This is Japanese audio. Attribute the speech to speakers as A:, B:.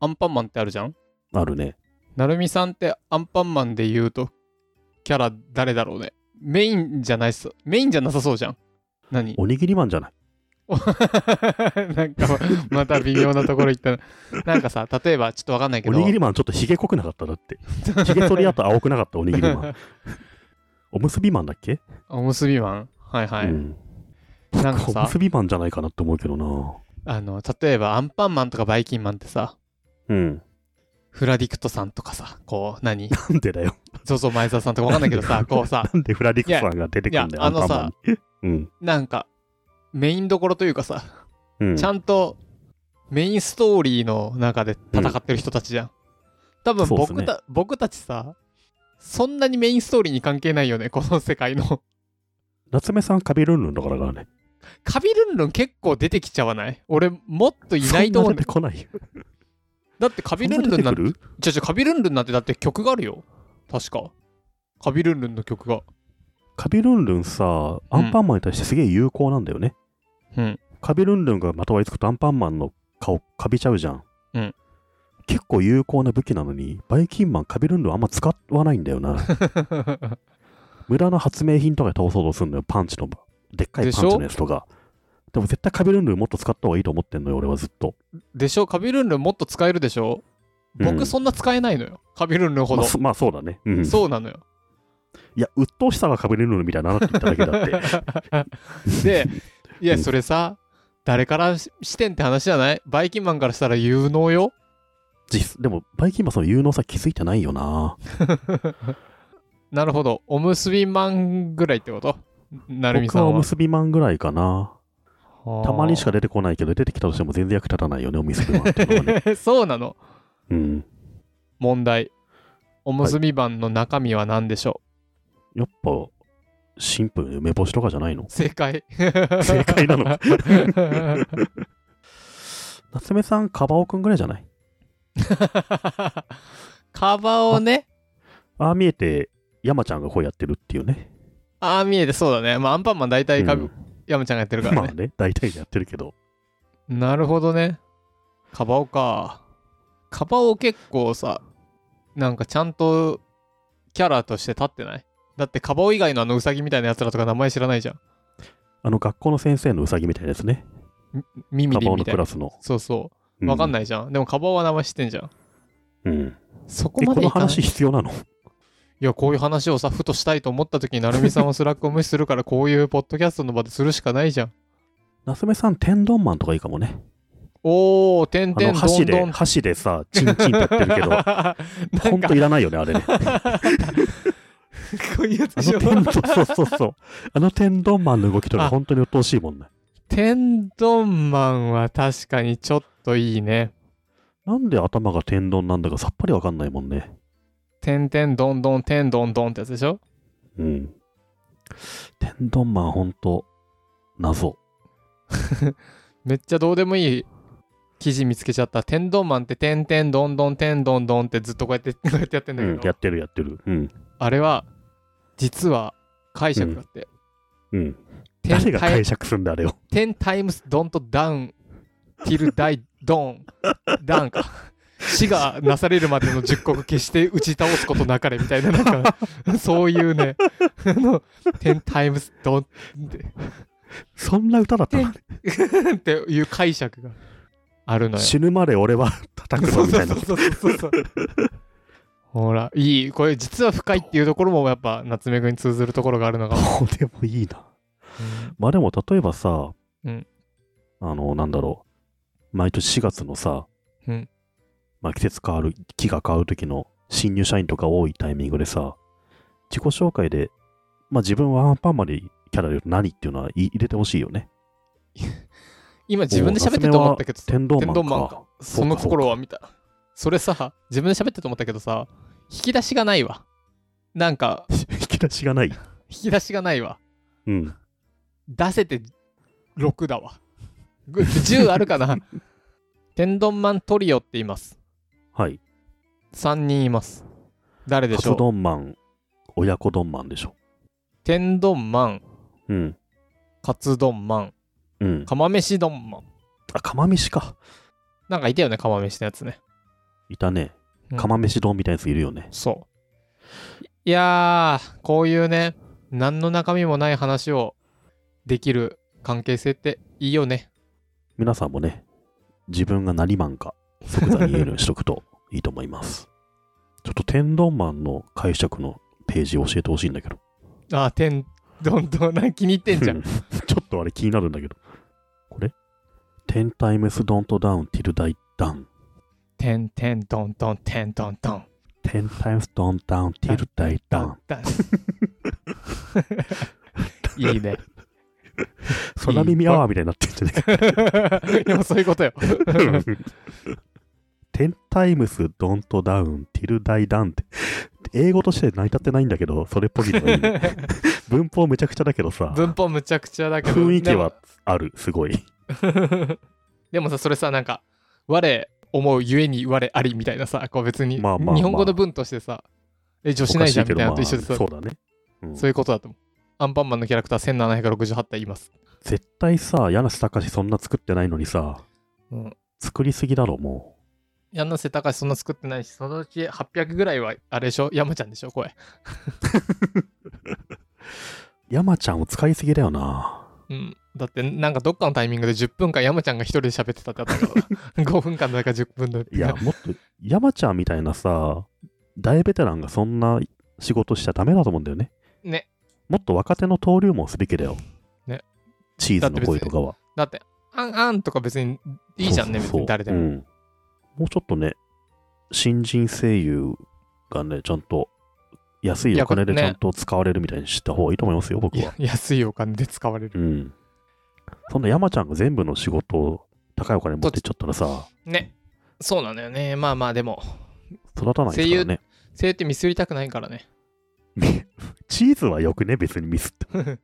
A: アンパンマンってあるじゃん
B: あるね。
A: なるみさんってアンパンマンで言うと、キャラ誰だろうね。メインじゃないっす。メインじゃなさそうじゃん。何
B: おにぎりマンじゃない。
A: なんか、また微妙なところ行ったな。なんかさ、例えば、ちょっとわかんないけ
B: お
A: ど、
B: にぎりマンちょっとひげ濃くなかっただって。ひげ剃りあと青くなかったおにぎりマン。おむすびマンだっけ、
A: おむすびマンはいはい。
B: うん。
A: なんか
B: おむ
A: さ
B: す、びマンじゃないかなって思うけどな。
A: あの、例えば、アンパンマンとかバイキンマンってさ、
B: うん。
A: フラディクトさんとかさ、こう、何
B: なんでだよ。
A: ゾゾ前澤さんとかわかんないけど さ、こうさ、
B: なんでフラディクスさんが出てくるんだよ。
A: いやいやあのさ
B: アンパンマンに。
A: なんか、メインどころというかさ、
B: うん。うん。
A: ちゃんとメインストーリーの中で戦ってる人たちじゃん。多分
B: そうっす
A: 僕
B: ね
A: た、僕たちさ、そんなにメインストーリーに関係ないよね、こ の世界の。
B: 夏目さんカビルンルンだからだね。
A: カビルンルン結構出てきちゃわない俺、もっといないと思うん
B: そん
A: だ
B: 出てこないよ。
A: だってカビルンルンなんて
B: そん、出てくる
A: ちょちょ、カビルンルンなんてだって曲があるよ。確か。カビルンルンの曲が。
B: カビルンルンさ、アンパンマンに対してすげえ有効なんだよね。
A: うん。
B: カビルンルンがまとわりつくとアンパンマンの顔カビちゃうじゃん。
A: うん
B: 結構有効な武器なのに、バイキンマン、カビルンルンあんま使わないんだ よな。無駄な発明品とかで倒そうとするのよ、パンチの。でっかいパンチのやつとか。でも絶対カビルンルンもっと使った方がいいと思ってんのよ、俺はずっと。
A: でしょカビルンルンもっと使えるでしょ
B: う
A: 僕
B: ん
A: そんな使えないのよ。カビルンルンほ
B: ま
A: ど
B: あ、。そまあそうだね。うん。
A: そうなのよ。
B: いや、鬱陶しさがカビルンルンみたいになっていっただけ だって。
A: で、いうや、
B: ん
A: それさ、誰からし視点って話じゃないバイキンマンからしたら有能よ。
B: 実でも、バイキンマンその有能さ気づいてないよな。
A: なるほど。おむすびマンぐらいってことなるみ
B: 僕
A: さ
B: はお
A: んは
B: む。すびマンぐらいかな。たまにしか
A: 出
B: 出てこないけど、出てきたとしても全然役立たないよね、おむすびマンっていう のはね。
A: てそうなの。
B: うん。
A: 問題。おむすびマンの中身は何でしょ
B: やっぱ、シンプルに梅干しとかじ ゃないの
A: う正解。
B: 正解なの夏目さん、カバオくんぐらいじゃない
A: カバをね、
B: ああ見えて、山ちゃんが声やってるっていうね。
A: ああ見えてそうだね。まあ、アンパンマン大体か、
B: うん
A: ヤムちゃんがやってるから
B: まあ
A: ね。
B: ね、大体やってるけど。
A: なるほどね。カバオか。カバオ結構さ、なんかちゃんとキャラとして立ってないだってカバオ以外のあのウサギみたいなやつらとか名前知らないじゃん。
B: あの、学校の先生のうさぎみたいなやつね。
A: ミミ
B: カ
A: リ
B: バ
A: ン
B: オ
A: み
B: の
A: たいな
B: クラ。スの。
A: そうそう。わかん
B: な
A: な
B: い。
A: いじゃん。でもカバオは名前知ってんじゃん。
B: うん。
A: そこ
B: え
A: ま
B: こ
A: で
B: の
A: いかない。
B: 話
A: い
B: 必要なの
A: や、こういう話をさ、ふとしたいと思った時に、なるみさんはスラックを無視するから、こういうポッドキャストの場でするしかないじゃん。
B: 夏目さん、天丼マンとかいいかもね。
A: おー、てん
B: あ
A: て
B: の
A: んど
B: 箸
A: んど
B: で、
A: ん。
B: 箸でさ、チンチンってやってるけど、
A: な
B: ほ
A: ん
B: ん
A: か、
B: と
A: こ
B: いらないよね、あれね。
A: ういうやつ
B: あ
A: でし
B: の
A: ょ
B: 天丼、そうそうそう。あの天丼マンの動きと
A: あ
B: か、本当に鬱陶しいもんね。
A: 天丼マンは確かにちょっといいね。
B: なんで頭が天丼なんだかさっぱりわかんないもんね。
A: てんてんどんどんてんどんどんってやつでしょ
B: うん。天丼マン、ほんと、謎。
A: めっちゃどうでもいい記事見つけちゃった。天丼マンっててんてんどんどんてんどんどんってずっとこうやって こうやってやってんだ
B: う
A: け
B: ん
A: ど、、
B: やってるやってる。うん。
A: あれは実は解釈だって。
B: うん。
A: てん
B: 誰が
A: タイ
B: 解釈すんだ、あれを。
A: てんタイムスドンとダウン、ティルダイドン、ダンか。死がなされるまでの10国決して打ち倒すことなかれみたいな、なんか、そういうね、 あの、テンタイムスドンって。
B: そんな歌だったの
A: っていう解釈があるのよ。
B: 死ぬまで俺は叩くぞみたいな。
A: そうそうそうそうそう。ほら、いい。これ実は深いっていうところもやっぱ夏目くんに通ずるところがあるのが。
B: どうでもいいな。まあでも例えばさ、
A: うん
B: あの、なんだろう。毎年4月のさ、
A: うん
B: まあ季節変わる、木が変わる時の新入社員とか多いタイミングでさ、自己紹介で、まあ自分はアンパンマンでキャラで何っていうのは入れてほしいよね。
A: 今自分で喋ってると思ったけどさ、
B: 天丼マン
A: 天
B: か。
A: 丼マンかその心は見た。それさ、自分で喋ってると思ったけどさ、引き出しがないわ。なんか、
B: 引き出しがない。
A: 引き出しがないわ。
B: うん。
A: 出せて6だわ。ぐ10あるか な天丼マントリオって言います。
B: はい。
A: 3人います。誰で
B: カ
A: しょ
B: ツ
A: う
B: 丼マン、親子丼マンでしょ。
A: 天丼マン、
B: うん。
A: カツ丼マン、
B: うん。
A: 釜飯丼マン。
B: あ、釜飯か。
A: なんかいたよね、釜飯のやつね。
B: いたね
A: うん。
B: 釜飯丼みたいなやついるよね。
A: そう。いやー、こういうね、何の中身もない話をできる関係性っていいよね。
B: 皆さんもね、自分が何マンか即座に言えるようにしとくといいと思います。 ちょっと天丼マンの解釈のページ教えてほしいんだけど。
A: あー、天丼となんか気に入ってんじゃ。
B: うんちょっとあれ気になるんだけど。これ ?10 タイムスドントダウンティルダイダン。
A: 天天丼丼天丼丼。
B: 10タイムスドントダウンティルダイダン。
A: い いね。
B: 空耳アワーみたいになってるんじゃないか。
A: でもそう いうことよ。
B: 10タイムスドントダウンティルダイダンって。英語として成り立ってないんだけど、それっぽいのがいいね。 文法めちゃくちゃだけどさ、
A: 文法むちゃくちゃだけど。
B: 雰囲気はある、すごい。
A: でもさそれさなんか我思うゆえに我ありみたいなさこう別に
B: まあまあまあ
A: 日本語の文としてさえ女子ないじゃんみたいなのと一緒で
B: おかしいけ
A: さ
B: どまあそうだね。うん
A: そういうことだと思うアンパンマンのキャラクター1768体います
B: 絶対さ、柳瀬隆そんな作ってないのにさ、
A: うん
B: 作りすぎだろ、も
A: 柳瀬隆そんな作ってないしそのうち800ぐらいはあれでしょ山ちゃんでしょ声
B: う。山ちゃんを使いすぎだよな。
A: うんだってなんかどっかのタイミングで10分間山ちゃんが一人で喋ってたってあったから 5分間だか10分だって
B: いや、もっと、山ちゃんみたいなさ、大ベテランがそんな仕事しちゃダメだと思うんだよね。
A: ね。
B: もっと若手の登竜門すべきだよ。
A: ね。
B: チーズの声とかは。
A: だってあんあんとか別にいいじゃんね
B: そうそうそ
A: 別
B: う
A: に誰で
B: う
A: も
B: んもうちょっとね、新人声優がね、ちゃんと安いお金で
A: い
B: ち
A: や
B: ゃんと使われるみたいにした方がいいと思いますよ、僕
A: い
B: は
A: や。安いお金で使われる
B: うん。そんな山ちゃんが全部の仕事を高いお金持ってっちゃったらさ、
A: ねそうなんだよねまあまあでも
B: 育たないですからね。
A: 声優ってミスりたくないからね
B: チーズはよくね、別にミスって。